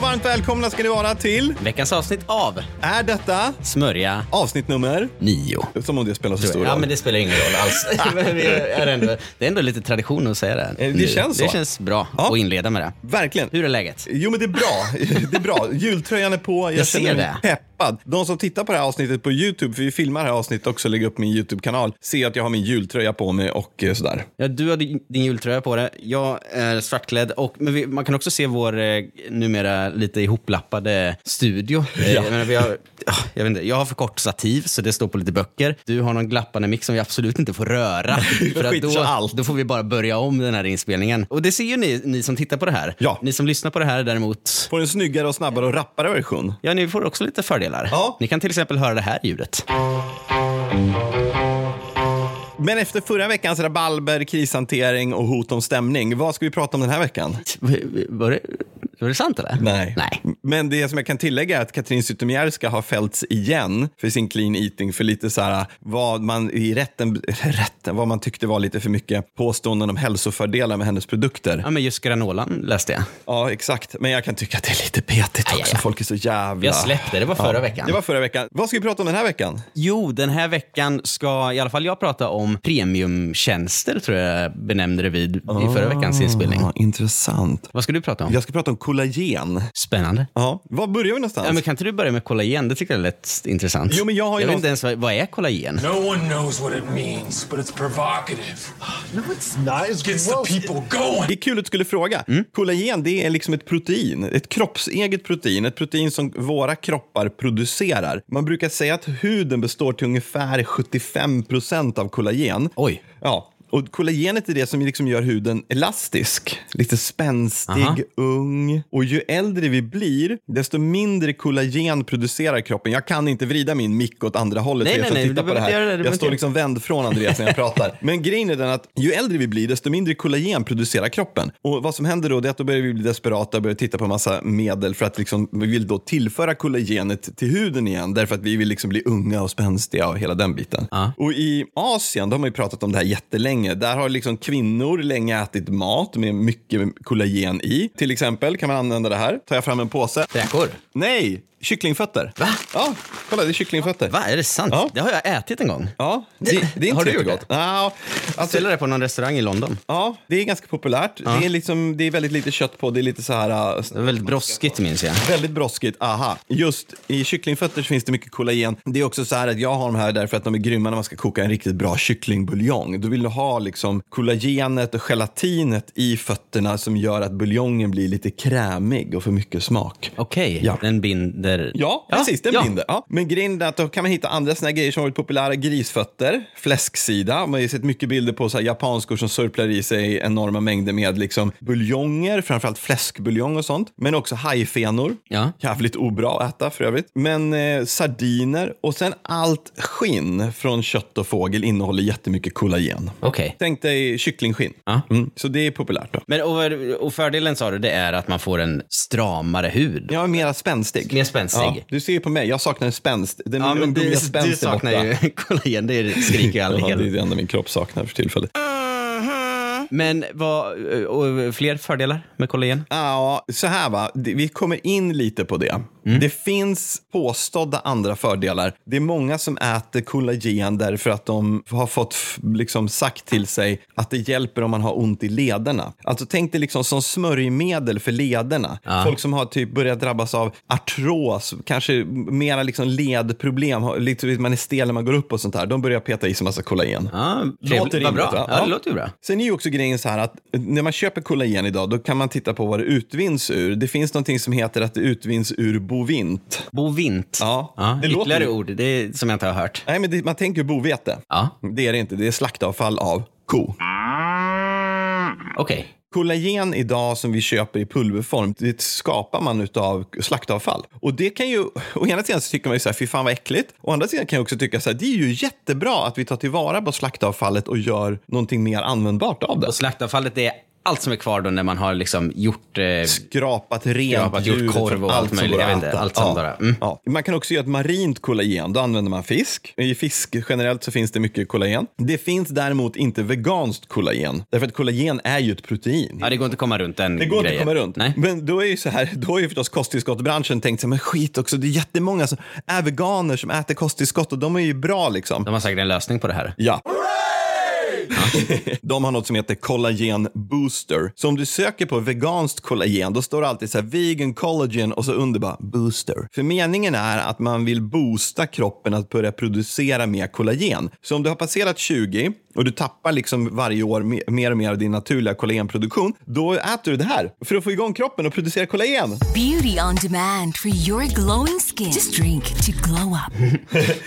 varmt välkomna ska ni vara till, Veckans avsnitt av är detta Smörja avsnitt nummer? nio. Som om det spelar så stor Ja, roll. men det spelar ingen roll alls. men vi är ändå, det är ändå lite tradition att säga det. här det nu. känns så. Det känns bra Ja. att inleda med det. Verkligen. Hur är läget? Jo, men det är bra. Det är bra. Jultröjan är på. Jag, Jag ser känner mig det. peppad. De som tittar på det här avsnittet på YouTube, för vi filmar det här avsnittet också och lägger upp min YouTube-kanal, ser att jag har min jultröja på mig och eh, sådär. Ja, du har din din jultröja på dig, jag är svartklädd och men vi, man kan också se vår eh, numera lite ihoplappade studio. Eh, Jag, menar, vi har, ah, jag, vet inte, jag har för kort stativ så det står på lite böcker. Du har någon glappande mick som vi absolut inte får röra. för skiter så då, allt. då får vi bara börja om den här inspelningen. Och det ser ju ni, ni som tittar på det här. Ja. Ni som lyssnar på det här däremot, Får en snyggare och snabbare och rappare version. ja ni får också lite fördelar. Ja. Ni kan till exempel höra det här ljudet. Men efter förra veckans rabalber, krishantering och hot om stämning, vad ska vi prata om den här veckan? Var det, var det sant eller? Nej. Men det som jag kan tillägga är att Katrin Zytomierska har fällts igen för sin clean eating för lite så här vad man i rätten, rätten, vad man tyckte var lite för mycket påståenden om hälsofördelar med hennes produkter. Ja, men just granolan läste jag. Ja, exakt. Men jag kan tycka att det är lite petigt Aj, aj, också. aj. Folk är så jävla... Jag släppte, det var förra veckan. Det var förra veckan. Vad ska vi prata om den här veckan? Jo, den här veckan ska i alla fall jag prata om premiumtjänster, tror jag benämnde det vid i förra veckans inspelning. Ah, intressant. Vad ska du prata om? Jag ska prata om kollagen. Spännande. Ja, var börjar vi någonstans? Ja, men kan inte du börja med kollagen? Det tycker jag lät intressant. Jo, men jag har ju vet inte ens vad, vad är kollagen? No one knows what it means, but it's provocative. No, it's not. It's Gets the gross. people going. Det är kul att du skulle fråga. Mm. Kollagen det är liksom ett protein, ett kroppseget protein, ett protein som våra kroppar producerar. Man brukar säga att huden består till ungefär 75 procent av kollagen. Oj. Ja. Och kollagenet är det som liksom gör huden elastisk, lite spänstig, Aha. ung. Och ju äldre vi blir, desto mindre kollagen producerar kroppen. Jag kan inte vrida min mick åt andra hållet. Nej, för er nej, som nej, tittar du på det behöver inte här. göra det, du behöver jag inte står göra det. liksom vänd från Andreas när jag pratar. Men grejen är den att ju äldre vi blir, desto mindre kollagen producerar kroppen. Och vad som händer då, det är att då börjar vi bli desperata och börjar titta på massa medel för att liksom, vi vill då tillföra kollagenet till huden igen. Därför att vi vill liksom bli unga och spänstiga och hela den biten. Och i Asien, då har man ju pratat om det här jättelänge. Där har liksom kvinnor länge ätit mat med mycket kollagen i. Till exempel kan man använda det här. Tar jag fram en påse. Räkor? Nej, kycklingfötter. Va? Ja, kolla det är kycklingfötter. Va, är det sant? Ja. Det har jag ätit en gång. Ja, det, det är inte Har du gjort supergott. Ja, alltså, Ställde det på någon restaurang i London. ja, det är ganska populärt. Det, är liksom, det är väldigt lite kött på, det är lite så här... Det äh, var väldigt brådskigt minns jag. Väldigt brådskigt, aha. Just i kycklingfötter så finns det mycket kollagen. Det är också så här att jag har de här därför att de är grymma när man ska koka en riktigt bra kycklingbuljong. Då vill du ha liksom kollagenet och gelatinet i fötterna som gör att buljongen blir lite krämig och får mycket smak. Okej, Ja. den binder... Ja, precis. Den binder. Ja. Men grejen är att då kan man hitta andra såna här grejer som har varit populära. Grisfötter, fläsksida. Man har ju sett mycket bilder på så här japanskor som sörplar i sig enorma mängder med liksom buljonger, framförallt fläskbuljong och sånt. Men också hajfenor. Ja. Jävligt obra att äta för övrigt. Men eh, sardiner och sen allt skinn från kött och fågel innehåller jättemycket kollagen. Okej. Tänk dig kycklingskinn. Ja. Mm, så det är populärt då. Men och, och fördelen sa du, det är att man får en stramare hud. Jag är mera spänstig. Mer spänstig. Ja, du ser ju på mig, jag saknar spänst. Den Ja, men ungdomliga du, spänsten du saknar borta. ju kollagen, det skriker ju alla Ja, det är hela. det enda min kropp saknar för tillfället. Men vad, eh, och fler fördelar med kollagen? Ja, så här va, Det- vi kommer in lite på det. Det finns påstådda andra fördelar. Det är många som äter kollagen därför att de har fått f- liksom sagt till sig att det hjälper om man har ont i lederna. Alltså tänk dig liksom som smörjmedel för lederna. Folk som har typ börjat drabbas av artros, kanske mera liksom ledproblem, har- lite, man är stel när man går upp och sånt där. De börjar peta i sig massa kollagen. Ja, Låter vad bra. rimligt, va? Ja, Ja. det låter ju bra. Sen är ju också grejen så här att när man köper kollagen idag då kan man titta på vad det utvinns ur. Det finns någonting som heter att det utvinns ur bovint. Bovint. Ja, det låter ytterligare ju- ord det är, som jag inte har hört. Nej, men det, man tänker bovete. Ja, Det är det inte, det är slaktavfall av ko. okej. Kollagen idag som vi köper i pulverform, det skapar man utav slaktavfall. Och det kan ju, å ena sidan så tycker man ju så här, fy fan vad äckligt. Å andra sidan kan jag också tycka så här, det är ju jättebra att vi tar tillvara på slaktavfallet och gör någonting mer användbart av det. Och slaktavfallet är allt som är kvar då när man har liksom gjort... Eh, Skrapat rent Skrapat, gjort djuret korv från och allt som möjligt. går Jag att vet inte, äta. allt som bara- mm. ja. Man kan också göra ett marint kollagen. Då använder man fisk. I fisk generellt så finns det mycket kollagen. Det finns däremot inte veganskt kollagen. Därför att kollagen är ju ett protein. ja, det går inte att komma runt den Det går grejen. inte att komma runt. Nej. Men då är ju så här, då har ju förstås kosttillskottbranschen tänkt sig, men skit också, det är jättemånga som är veganer som äter kosttillskott och de är ju bra liksom. De har säkert en lösning på det här. Ja. De har något som heter Collagen Booster. Så om du söker på veganskt kollagen, då står det alltid så här vegan collagen och så under bara booster. För meningen är att man vill boosta kroppen att börja producera mer kollagen. Så om du har passerat 20 och du tappar liksom varje år me- mer och mer av din naturliga kollagenproduktion, då äter du det här för att få igång kroppen och producera kollagen. Beauty on demand for your glowing skin. Just drink to glow up.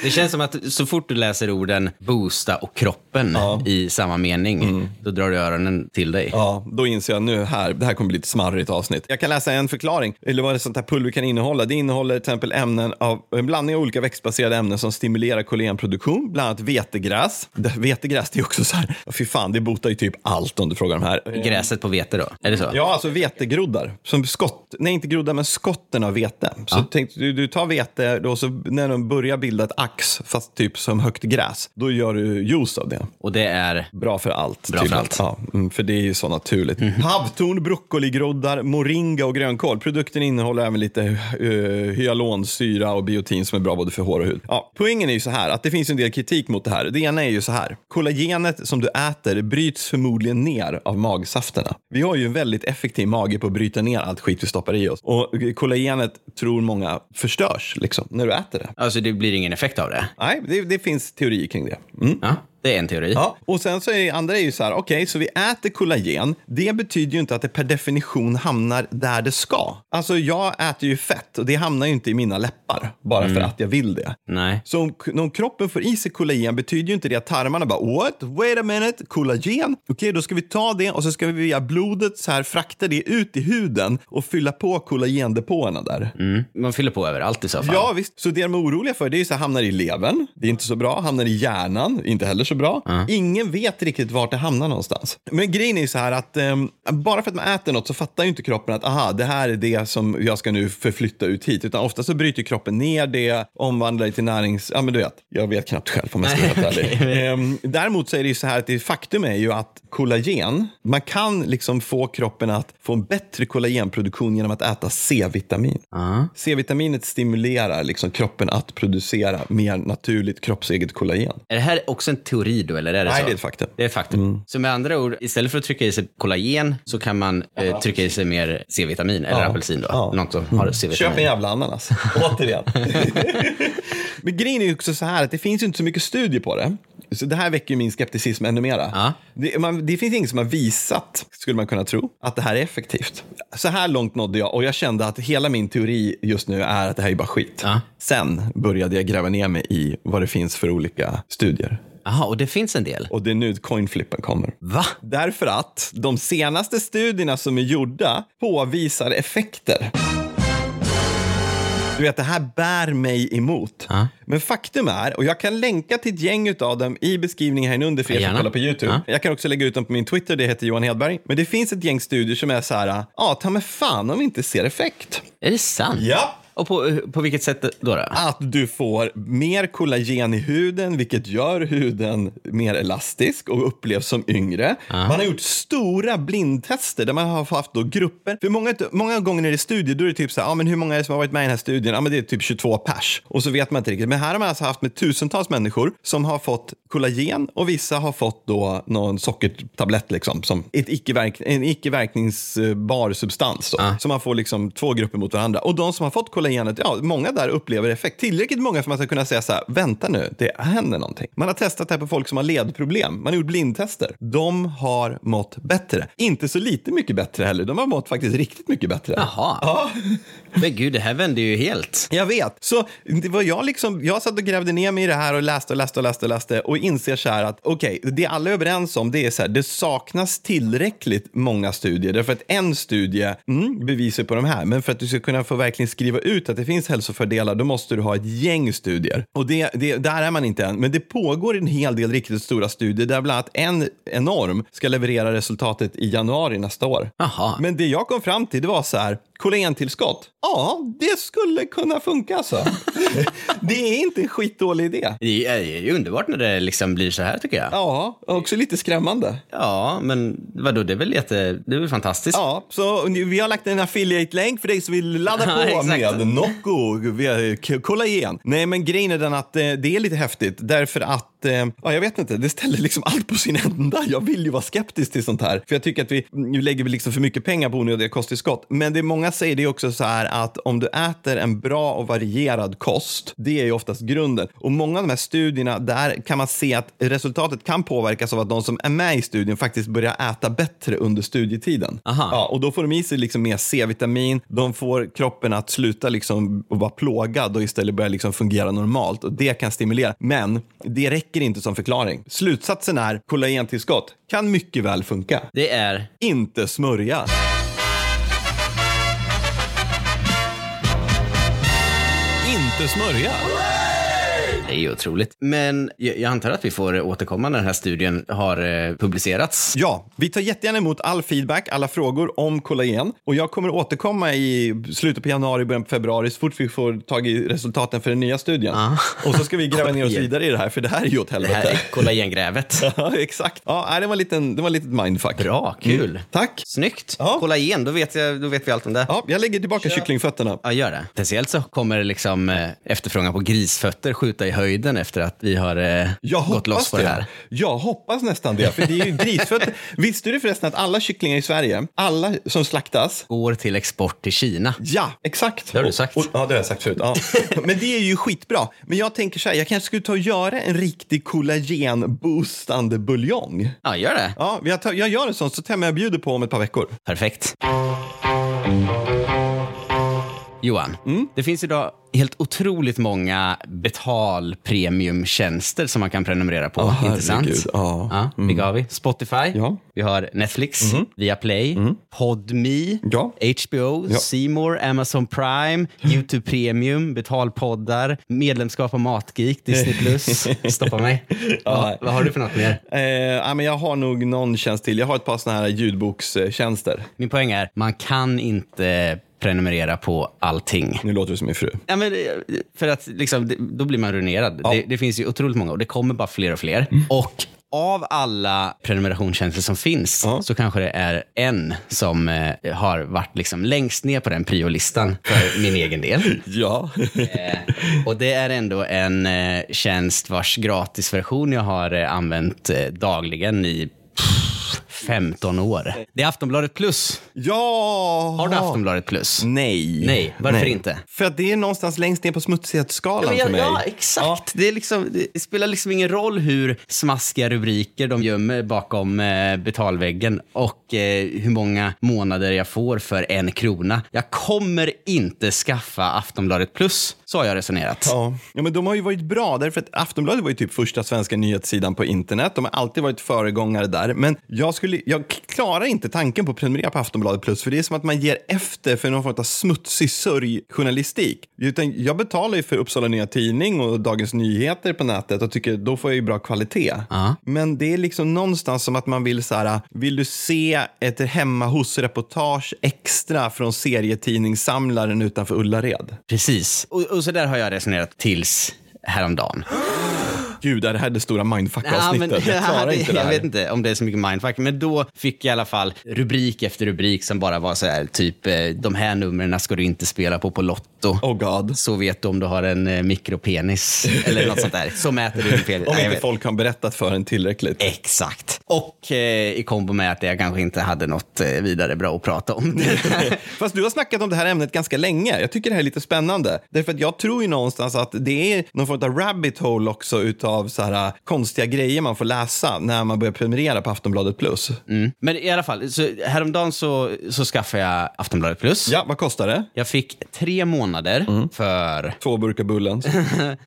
Det känns som att så fort du läser orden boosta och kroppen i samma mening, Mm. då drar du öronen till dig. Ja, då inser jag nu här, det här kommer bli ett smarrigt avsnitt. Jag kan läsa en förklaring, eller vad det sånt här pulver kan innehålla. Det innehåller till exempel ämnen av, en blandning av olika växtbaserade ämnen som stimulerar kollagenproduktion, bland annat vetegräs. Det, vetegräs, det är också så här, fy fan, det botar ju typ allt om du frågar de här. Eh, Gräset på vete då, är det så? Ja, alltså vetegroddar. Som skott, nej inte groddar, men skotten av vete. Så tänk, du, du tar vete och så när de börjar bilda ett ax, fast typ som högt gräs, då gör du juice av det. Och det är... Bra för allt. Bra för tydligen. allt. Mhm. Ja, mm, för det är ju så naturligt. Havtorn, broccoligroddar, moringa och grönkål. Produkten innehåller även lite eh, hyalonsyra och biotin som är bra både för hår och hud. Ja, poängen är ju så här att det finns en del kritik mot det här. Det ena är ju så här. Kollagenet som du äter bryts förmodligen ner av magsafterna. Vi har ju en väldigt effektiv mage på att bryta ner allt skit vi stoppar i oss. Och kollagenet tror många förstörs liksom när du äter det. Alltså det blir ingen effekt av det. Nej, det, det finns teorier kring det. Mm. Ja, det är en teori. Ja, och sen så är det andra är ju så här, okej, så vi äter kollagen. Det betyder ju inte att det per definition hamnar där det ska. Alltså jag äter ju fett och det hamnar ju inte i mina läppar bara för att jag vill det. Nej. Så om, om kroppen får i sig kollagen betyder ju inte det att tarmarna bara what? Wait a minute, kollagen? Okej, då ska vi ta det och så ska vi via blodet så här frakta det ut i huden och fylla på kollagendepåerna där. Mm. Man fyller på överallt i så fall. Ja, visst. Så det de är oroliga för det är ju så här, hamnar i levern, det är inte så bra. Hamnar i hjärnan, inte heller så bra. Ingen vet riktigt vart det hamnar någonstans. Men grejen är ju så här att ehm, bara för att man äter något så fattar ju inte kroppen att aha, det här är det som jag ska nu förflytta ut hit. Utan ofta så bryter ju kroppen ner det, omvandlar det till närings... Ja, men du vet. Jag vet knappt själv om jag ska vara helt ärlig. Ehm, Däremot så är det ju så här att det faktum är ju att kollagen, man kan liksom få kroppen att få en bättre kollagenproduktion genom att äta C-vitamin. C-vitaminet stimulerar liksom kroppen att producera mer naturligt kroppseget kollagen. Är det här också en teori då, eller är det Nej, så? det är ett faktum. Mm. Det är ett faktum. Så med andra ord, istället för att trycka i sig kollagen så kan man eh, trycka i sig mer C-vitamin, eller apelsin då. Ja. Mm. Något som har Köp en C-vitamin. jävla ananas. Återigen. Men grejen är ju också så här att det finns ju inte så mycket studier på det. Så det här väcker ju min skepticism ännu mera. Ja. Det, man, det finns inget som har visat, skulle man kunna tro, att det här är effektivt. Så här långt nådde jag och jag kände att hela min teori just nu är att det här är bara skit. Ja. Sen började jag gräva ner mig i vad det finns för olika studier. Jaha, och det finns en del. Och det är nu coinflippen kommer. Va? Därför att de senaste studierna som är gjorda påvisar effekter. Du vet, det här bär mig emot. Ja. Men faktum är, och jag kan länka till ett gäng av dem i beskrivningen här under för er som Gärna. kollar på YouTube. Ja. Jag kan också lägga ut dem på min Twitter, det heter Johan Hedberg. Men det finns ett gäng studier som är så här, ja, ta mig fan om vi inte ser effekt. Är det sant? Ja. Ah. Och på, eh, på vilket sätt då? då? Att du får mer kollagen i huden, vilket gör huden mer elastisk och upplevs som yngre. Man har gjort stora blindtester där man har haft då grupper. För många, många gånger när det är studier, då är det typ så här, ah, men hur många är det som har varit med i den här studien? Ja, men det är typ 22 pers. Och så vet man inte riktigt. Men här har man alltså haft med tusentals människor som har fått kollagen och vissa har fått då någon sockertablett liksom, som ett icke-verk- en icke-verkningsbar substans. Då. Så man får liksom två grupper mot varandra. Och de som har fått kollagenet, ja, många där upplever effekt. Tillräckligt många för att man ska kunna säga så här, vänta nu, det händer någonting. Man har testat det här på folk som har ledproblem. Man har gjort blindtester. De har mått bättre. Inte så lite mycket bättre heller. De har mått faktiskt riktigt mycket bättre. Jaha. Ja. Men gud, det här vände ju helt. Jag vet. Så det var jag, liksom, jag satt och grävde ner mig i det här och läste och läste och läste och läste och inser så här att okej, det alla är överens om det är så här, det saknas tillräckligt många studier därför att en studie mm, bevisar på de här, men för att du ska kunna få verkligen skriva ut ut att det finns hälsofördelar, då måste du ha ett gäng studier. Och det, det, där är man inte än. Men det pågår en hel del riktigt stora studier där bland annat en enorm ska leverera resultatet i januari nästa år. Jaha. Men det jag kom fram till det var så här, kolagentillskott, ja, det skulle kunna funka så. det är inte en skitdålig idé. Det är det är ju underbart när det liksom blir så här tycker jag. Ja, Ja, också lite skrämmande. men vadå, det är väl jätte, det är väl fantastiskt. Ja, så nu- vi har lagt en affiliate-länk för dig som vill ladda Ja, på exakt. med Nocco. Vi har- k- Kolla igen. Nej, men grejen är den att eh, det är lite häftigt därför att, eh, ja, jag vet inte, det ställer liksom allt på sin ända. Jag vill ju vara skeptisk till sånt här, för jag tycker att vi, nu lägger vi liksom för mycket pengar på onödiga kosttillskott. Men det många säger det är också så här att om du äter en bra och varierad kost, det är ju oftast grunden. Och många av de här studierna, där kan man se att resultatet kan påverkas av att de som är med i studien faktiskt börjar äta bättre under studietiden. Aha. Ja, och då får de i sig liksom mer C-vitamin. De får kroppen att sluta liksom att vara plågad och istället börja liksom fungera normalt. Och Det kan stimulera. Men det räcker inte som förklaring. Slutsatsen är kollagentillskott kan mycket väl funka. Det är, Inte smörja. Inte smörja. det är ju otroligt. Men jag, jag antar att vi får återkomma när den här studien har eh, publicerats. Ja, vi tar jättegärna emot all feedback, alla frågor om kollagen. Och jag kommer återkomma i slutet på januari, början på februari så fort vi får tag i resultaten för den nya studien. Och så ska vi gräva ner oss vidare i det här, för det här är ju åt Ah. Det här helvete. är kollagengrävet. Ja, exakt. Ja, nej, det var en liten, det var en litet mindfuck. Mm, Bra, kul. Tack. Snyggt. Ja. Kollagen, då vet, jag, då vet vi allt om det. Ja, jag lägger tillbaka kycklingfötterna. Ja, gör det. Speciellt så kommer liksom eh, efterfrågan på grisfötter skjuta i höjden efter att vi har eh, Jag gått loss hoppas på det. det här. Jag hoppas nästan det, för det är ju grisfötter. Visste du förresten att alla kycklingar i Sverige, alla som slaktas, Går till export till Kina. Ja, exakt. Det har du sagt. Och, och, ja, det har jag sagt förut. Ja. Men det är ju skitbra. Men jag tänker så här, jag kanske skulle ta och göra en riktig kollagenboostande buljong. Ja, gör det. Ja, jag, tar, jag gör en sån, så tämmer jag bjuder på om ett par veckor. Perfekt. Johan, Mm? det finns idag helt otroligt många betalpremiumtjänster som man kan prenumerera på. Åh, Intressant. Ah, herregud, ja. Mm. Vilka har vi? Spotify, Ja. Mm. vi har Netflix, Viaplay, Podme, Ja. HBO, Ja. C More, Amazon Prime, YouTube Premium, betalpoddar, medlemskap på Matgeek, Disney+. Plus. Stoppa mig. Vad- vad har du för något mer? Eh, ja, men jag har nog någon tjänst till. Jag har ett par såna här ljudbokstjänster. Min poäng är, man kan inte prenumerera på allting. Nu låter du som min fru. Ja, men, eh, för att liksom, det- då blir man ruinerad. Det, det finns ju otroligt många och det kommer bara fler och fler. Och av alla prenumerationstjänster som finns så kanske det är en som eh, har varit liksom längst ner på den priolistan för min egen del. Ja. Eh, och det är ändå en eh, tjänst vars gratisversion jag har eh, använt eh, dagligen i pff, 15 år. Det är Aftonbladet Plus. ja! Har du Aftonbladet Plus? Nej. Nej, varför inte? För att det är någonstans längst ner på smutsighetsskalan Ja, för men mig. jag- Ja, exakt. Det, är liksom, det spelar liksom ingen roll hur smaskiga rubriker de gömmer bakom eh, betalväggen och eh, hur många månader jag får för en krona. Jag kommer inte skaffa Aftonbladet Plus, så har jag resonerat. Ja. ja, men de har ju varit bra därför att Aftonbladet var ju typ första svenska nyhetssidan på internet. De har alltid varit föregångare där. Men jag, skulle, jag k- klarar inte tanken på att prenumerera på Aftonbladet Plus för det är som att man ger efter för någon form av smutsig sörjjournalistik. Utan jag betalar ju för Uppsala Nya Tidning och Dagens Nyheter på nätet och tycker då får jag ju bra kvalitet. Men det är liksom någonstans som att man vill så här, vill du se ett hemma hos-reportage extra från serietidningssamlaren utanför Ullared? Precis. Och, och så där har jag resonerat tills häromdagen. Gud, är det här det stora mindfuck-avsnittet? jag ja, klarar det- inte det jag här. vet inte om det är så mycket mindfuck, men då fick jag i alla fall rubrik efter rubrik som bara var så här, typ eh, de här numren ska du inte spela på på Lotto. Oh god. så vet du om du har en eh, mikropenis eller något sånt där. Så mäter du din penis. Om Nej, jag inte vet. folk har berättat för en tillräckligt. Exakt. Och eh, i kombo med att jag kanske inte hade något eh, vidare bra att prata om. Fast du har snackat om det här ämnet ganska länge. Jag tycker det här är lite spännande. Därför att jag tror ju någonstans att det är någon form av rabbit hole också av så här, äh, konstiga grejer man får läsa när man börjar prenumerera på Aftonbladet Plus. Mm. Men i alla fall, så häromdagen så, så skaffade jag Aftonbladet Plus. Ja, Mm. vad kostar det? Jag fick tre månader för... Två burkar Bullens.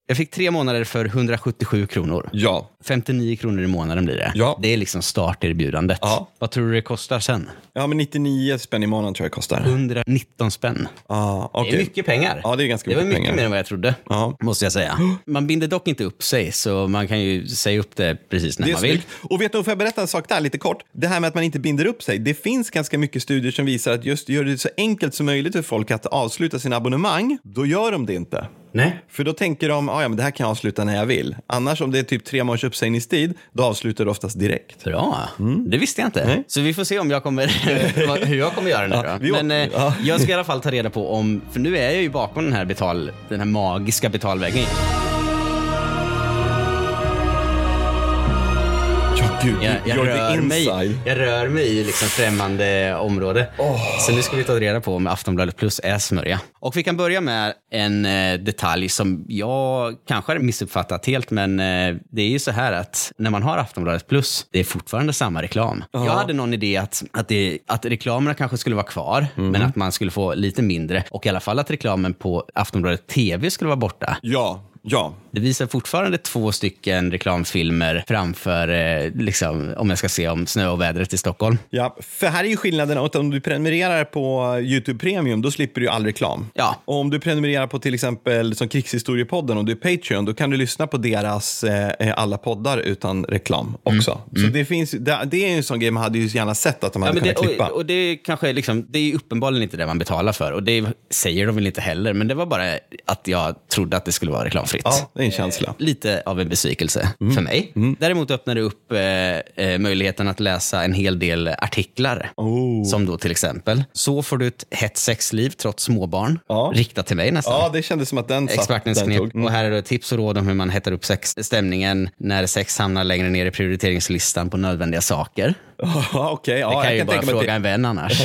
Jag fick tre månader för 177 kronor. Ja. 59 kronor i månaden blir det. Ja. Det är liksom starterbjudandet. Ja. Vad tror du det kostar sen? ja, men 99 spänn i månaden tror jag det kostar. 119 spänn. Ja, Mm. Det okej. är mycket pengar. Ja, det är ganska det var mycket mycket pengar. mer än vad jag trodde, Ja. måste jag säga. Man binder dock inte upp sig, så man kan ju säga upp det precis när Det är man vill. snyggt. Och vet du, får jag berätta en sak där lite kort? Det här med att man inte binder upp sig. Det finns ganska mycket studier som visar att just gör det så enkelt som möjligt för folk att avsluta sina abonnemang, då gör de det inte. Nej. För då tänker de, "Ah, ja men det här kan jag avsluta när jag vill. Annars om det är typ tre månaders uppsägningstid, då avslutar du oftast direkt. Bra. Mm. Det visste jag inte. Så vi får se om jag kommer, vad- hur jag kommer göra nu då. vi åker- Men eh, ja. jag ska i alla fall ta reda på om, för nu är jag ju bakom den här, betal, den här magiska betalvägen. Ja, gud, Jag, jag, you're the rör, mig, inside. jag rör mig i liksom främmande område. Så nu ska vi ta reda på om Aftonbladet Plus är smörja. Och vi kan börja med en eh, detalj som jag kanske har missuppfattat helt, men eh, det är ju så här att när man har Aftonbladet Plus, det är fortfarande samma reklam. Jag hade någon idé att, att, det, att reklamerna kanske skulle vara kvar, Mm. men att man skulle få lite mindre och i alla fall att reklamen på Aftonbladet TV skulle vara borta. Ja, ja. Det visar fortfarande två stycken reklamfilmer framför, eh, liksom, om jag ska se om snö och vädret i Stockholm. Ja, för här är ju skillnaden att om du prenumererar på eh, YouTube Premium då slipper du ju all reklam. Ja. Och om du prenumererar på till exempel som Krigshistoriepodden, om du är Patreon, då kan du lyssna på deras eh, alla poddar utan reklam Mm. också. Så det, finns, det, det är ju en sån grej man hade ju gärna sett att de Ja, hade men det, kunnat klippa. och, och det kanske är liksom, det är ju uppenbarligen inte det man betalar för och det säger de väl inte heller, men det var bara att jag trodde att det skulle vara reklamfritt. ja, det är en känsla. Lite av en besvikelse för mig. Däremot öppnar det upp eh, eh, möjligheten att läsa en hel del artiklar. Som då till exempel, så får du ett hett sexliv trots småbarn. Ja. Riktat till mig nästan. Ja, det kändes som att den satt. Expertens den knep. tog. Och här är då tips och råd om hur man hettar upp sex, stämningen när sex hamnar längre ner i prioriteringslistan på nödvändiga saker. Ja, okej. Ja, Det kan jag jag ju kan bara tänka mig att fråga det- en vän annars,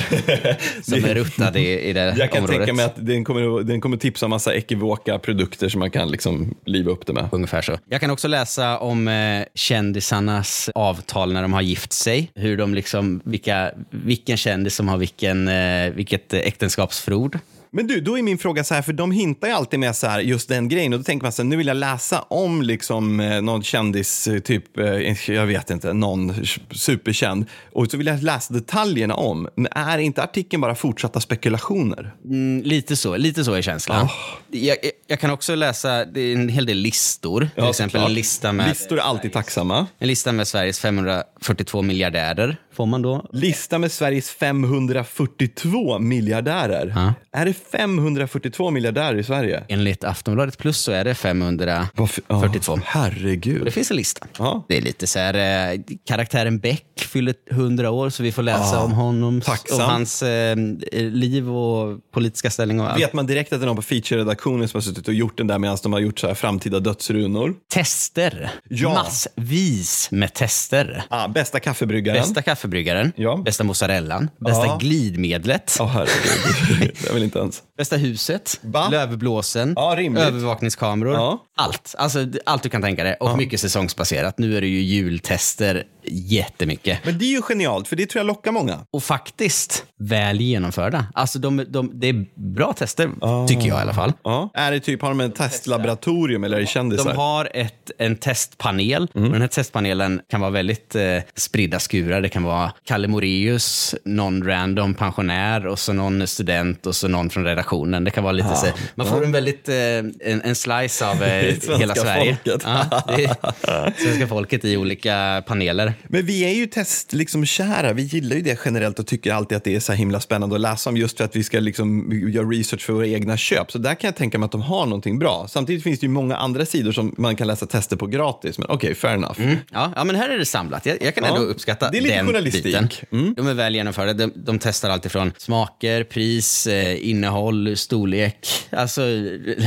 som är ruttad i, i det Jag kan området. tänka mig att den kommer, att- den kommer tipsa om massa ekivoka produkter som man kan liksom liva upp det med. Ungefär så. Jag kan också läsa om eh, kändisarnas avtal när de har gift sig. Hur de liksom, vilka, vilken kändis som har vilken, eh, vilket eh, äktenskapsförord. Men du, då är min fråga så här, för de hintar ju alltid med så här, just den grejen och då tänker man så här, nu vill jag läsa om liksom eh, någon kändis, eh, typ, eh, jag vet inte, någon s- superkänd och så vill jag läsa detaljerna om. Men är inte artikeln bara fortsatta spekulationer? Mm, lite så, lite så är känslan. Ah. Jag, jag- jag kan också läsa det är en hel del listor. Till Ja, exempel såklart. en lista med... Listor är alltid tacksamma. En lista med Sveriges 542 miljardärer får man då. Lista med Sveriges 542 miljardärer. Är det 542 miljardärer i Sverige? Enligt Aftonbladet Plus så är det 542. Ja, Det herregud. finns en lista. Ja. Det är lite så här, eh, karaktären Beck fyller 100 år så vi får läsa om honom Tacksam. och hans eh, liv och politiska ställning och allt. Vet man direkt att det är någon på feature-redaktionen som har suttit och gjort den där medan de har gjort så här framtida dödsrunor? Tester. Ja. Massvis med tester. Ah, bästa kaffebryggaren. Bästa kaffebryggaren, Ja. bästa mozzarellan, bästa Ja. glidmedlet, Åh, herregud. jag vill inte ens. bästa huset, Va? lövblåsen, Ja, rimligt. övervakningskameror. Ja. Allt. Alltså, d- allt du kan tänka dig. Och mycket säsongsbaserat. Nu är det ju jultester jättemycket. Men det är ju genialt, för det tror jag lockar många. och faktiskt väl genomförda. Alltså de, de, det är bra tester, tycker jag i alla fall. Ja. Är det typ, har de en testlaboratorium eller är Mm. det kändisar? De har ett, en testpanel. Och den här testpanelen kan vara väldigt eh, spridda skurar. Det kan vara Kalle Moreus, någon random pensionär och så någon student och så någon från redaktionen. Det kan vara Ah, lite så, Man får en väldigt eh, en, en slice av eh, Svenska hela Sverige. folket. Ja, det är, svenska folket i olika paneler. Men vi är ju test, liksom, kära. Vi gillar ju det generellt och tycker alltid att det är så här himla spännande att läsa om just för att vi ska liksom, göra research för våra egna köp. Så där kan jag tänka mig att de har någonting bra. Samtidigt finns det ju många andra sidor som man kan läsa tester på gratis. Men okej, fair enough. Ja, ja, men här är det samlat. Jag, jag kan Ja. ändå uppskatta Det är lite den journalistik. Mm. biten. Mm. De är väl genomförda. De, de testar allt ifrån smaker, pris, eh, innehåll, storlek. Alltså,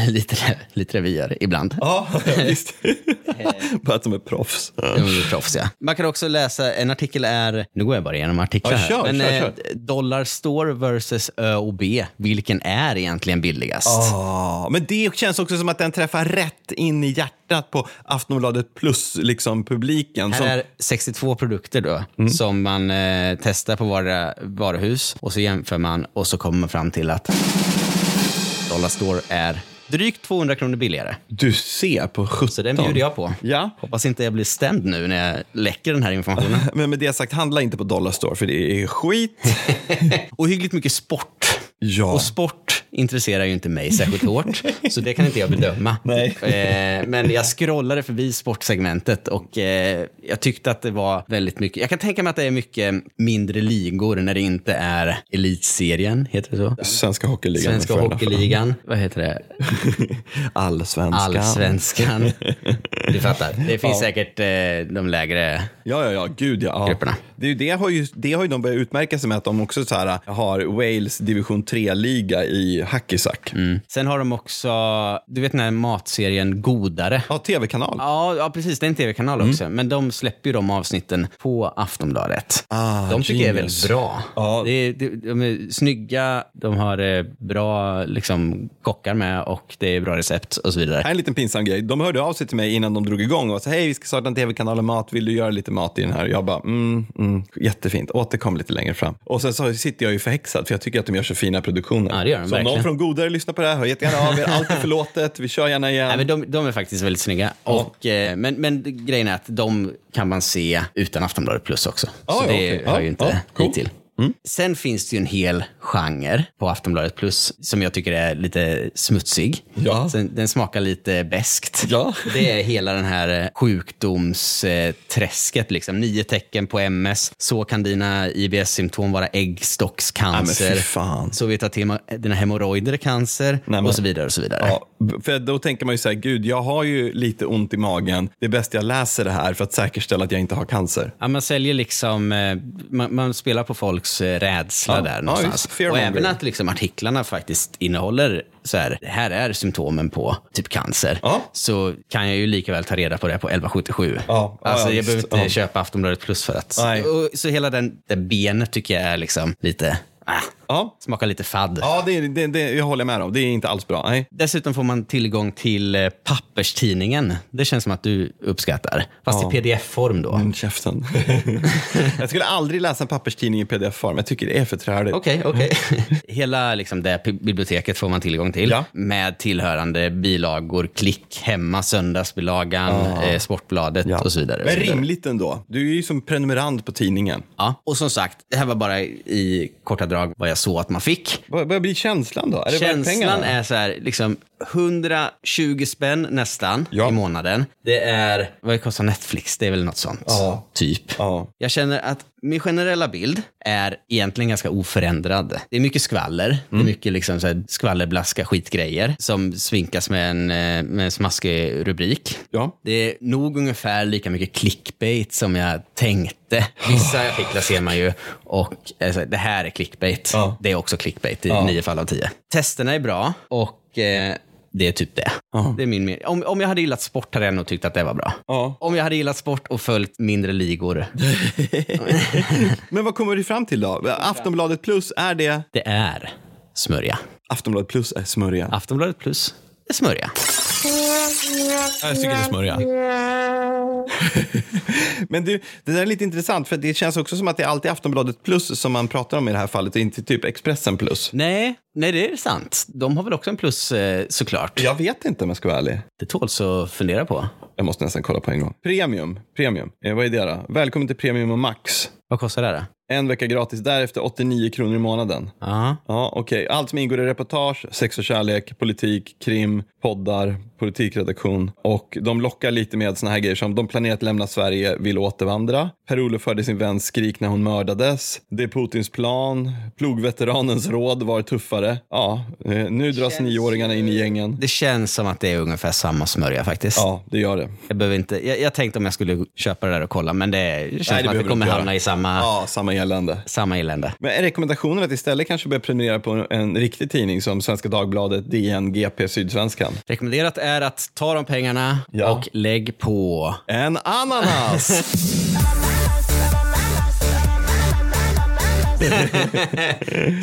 lite, lite revyer ibland. Ja, visst. Bara att de är proffs. De är proffs, ja. Man kan också läsa, en artikel är, nu går jag bara igenom artiklar Ja, här. kör, Men kör, eh, kör. dollar store versus Ö och B, vilken är egentligen billigast? Ja, Ah, men det känns också som att den träffar rätt in i hjärtat på Aftonbladet plus liksom publiken. Här som, Mm. är 62 produkter då, som man eh, testar på våra varuhus och så jämför man och så kommer man fram till att Dollar Store är drygt 200 kronor billigare. Du ser på 17. Så den bjuder jag på. Ja. Hoppas inte jag blir stämd nu när jag läcker den här informationen. Men med det sagt, handla inte på Dollarstore för det är skit. Och hyggligt mycket sport. Ja. Och sport intresserar ju inte mig särskilt hårt, så det kan inte jag bedöma. Nej. Eh, Men jag scrollade förbi sportsegmentet och eh, jag tyckte att det var väldigt mycket. Jag kan tänka mig att det är mycket mindre ligor när det inte är elitserien, heter det så? Svenska Hockeyligan. Svenska får jag hockeyligan, vad heter det? gärna- Allsvenskan. Allsvenskan. Du fattar. Det finns säkert eh, de lägre Ja, ja, ja. Gud, ja. ja. Grupperna. Det, är ju, det, har ju, det har ju de börjat utmärka sig med att de också så här, har Wales division 3-liga i hackisack. Sen har de också, du vet den här matserien Godare? Ja, tv-kanal. Ja, ja precis. Det är en tv-kanal Mm. också. Men de släpper ju de avsnitten på Aftonbladet. Ah, de tycker jag är genius. väldigt bra. Ja. Det är, det, de är snygga, de har eh, bra liksom, kockar med och det är bra recept och så vidare. Här är en liten pinsam grej. De hörde av sig till mig innan de drog igång och sa hej, vi ska starta en tv-kanal om mat. Vill du göra lite mat i den här? Jag bara, mm, mm, jättefint. Återkom lite längre fram. Och sen så sitter jag ju förhäxad för jag tycker att de gör så fina produktioner. Ja, det gör de så om någon verkligen. från Godare lyssnar på det här, hör jättegärna av er. Allt är förlåtet. Vi kör gärna igen. Nej, men de, de är faktiskt väldigt snygga. Och, eh, men, men grejen är att de kan man se utan Aftonbladet plus också. Ah, ja, så det okej. hör Ja, ju inte ja, Mm. coolt. hit till. Sen finns det ju en hel genre på Aftonbladet plus som jag tycker är lite smutsig. Ja. Sen, den smakar lite beskt. Ja. Det är hela den här eh, sjukdomsträsket. Liksom. Nio tecken på MS. Så kan dina IBS-symptom vara äggstockscancer. Nej, men fy fan. Så vet du att hema- dina hemorrojder är cancer. men- Och så vidare. och så vidare. Ja, för då tänker man ju så här, gud, jag har ju lite ont i magen. Det är bäst jag läser det här för att säkerställa att jag inte har cancer. Ja, man säljer liksom, eh, man, man spelar på folks eh, rädsla Ja, ja, där någonstans. just. Fear och mongering. även att liksom artiklarna faktiskt innehåller så här, det här är symptomen på typ cancer. Ja. Så kan jag ju lika väl ta reda på det på 1177. Ja, ja, alltså, ja, jag behöver visst. inte Ja. köpa Aftonbladet plus för att. Nej. Och, så hela den, det benet tycker jag är liksom lite, ah, Ja, smakar lite fadd. ja det, det, det jag håller med om. Det är inte alls bra. Nej. Dessutom får man tillgång till eh, papperstidningen. Det känns som att du uppskattar. Fast i pdf-form då. Mm, Käften. jag skulle aldrig läsa en papperstidning i pdf-form. Jag tycker det är för träligt. Okej, okej. Mm. Hela liksom, det pi- biblioteket får man tillgång till Ja. med tillhörande bilagor, klick, hemma, söndagsbilagan, eh, Sportbladet Ja. och så vidare. och Men så vidare. rimligt ändå. Du är ju som prenumerant på tidningen. Ja. Och som sagt, det här var bara i korta drag vad jag såg att man fick. Vad, vad blir känslan då? Är det bara Känslan pengarna? är så här, liksom 120 spänn nästan Ja. i månaden. Det är, vad kostar Netflix? Det är väl något sånt. Ja. Typ. Ja. Jag känner att min generella bild är egentligen ganska oförändrad. Det är mycket skvaller. Mm. Det är mycket liksom så här skvallerblaska skitgrejer som svinkas med en, eh, med en smaskig rubrik. Ja. Det är nog ungefär lika mycket clickbait som jag tänkte. Vissa artiklar ser man ju och alltså, det här är clickbait. Ja. Det är också clickbait i nio fall av tio. Testerna är bra och eh, det är typ det. det är min, men- om, om jag hade gillat sport hade jag nog tyckt att det var bra. Ja. Om jag hade gillat sport och följt mindre ligor. Men vad kommer du fram till då? Aftonbladet plus, är det... Det är smörja. Aftonbladet plus är smörja. Aftonbladet plus är smörja. Jag tycker det är smörja. Men du, det där är lite intressant för det känns också som att det är alltid Aftonbladet plus som man pratar om i det här fallet och inte typ Expressen plus. Nej, nej, det är sant. De har väl också en plus eh, såklart. Jag vet inte om jag ska vara ärlig. Det tåls att fundera på. Jag måste nästan kolla på en gång. Premium, premium. Eh, vad är det då? Välkommen till Premium och Max. Vad kostar det här då? En vecka gratis därefter 89 kronor i månaden. Ja. Ja, okej. Allt som ingår i reportage, sex och kärlek, politik, krim, poddar, politikredaktion. Och de lockar lite med såna här grejer som de planerar att lämna Sverige, vill återvandra. Per-Olof hörde sin väns skrik när hon mördades. Det är Putins plan. Plogveteranens råd var tuffare. Ja, eh, nu dras nioåringarna in i gängen. Det känns som att det är ungefär samma smörja faktiskt. Ja, det gör det. Jag, behöver inte, jag, jag tänkte om jag skulle köpa det där och kolla, men det känns Nej, som att behöver det du kommer inte hamna göra. i samma, Ja, samma elände. samma elände. Men är rekommendationen att istället kanske börja prenumerera på en riktig tidning som Svenska Dagbladet, DN, GP, Sydsvenskan? Rekommenderat är att ta de pengarna Ja. och lägg på... En ananas!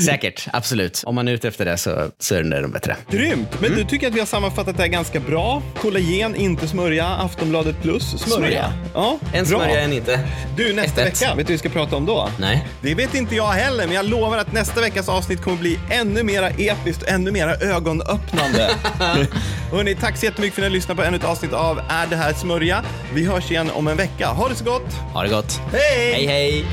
Säkert, absolut. Om man är ute efter det så, så är den där de bättre. Grymt! Men du tycker att vi har sammanfattat det här ganska bra. Kollagen, inte smörja. Aftonbladet plus, smörja. Smörja. Ja, bra. En smörja, en inte. Du, nästa Ett, ett. vecka, vet du vad vi ska prata om då? Nej. Det vet inte jag heller, men jag lovar att nästa veckas avsnitt kommer bli ännu mera episkt och ännu mera ögonöppnande. Hörrni, tack så jättemycket för att ni lyssnade på ännu ett avsnitt av Är det här smörja? Vi hörs igen om en vecka. Ha det så gott! Ha det gott. Hej! hej! hej.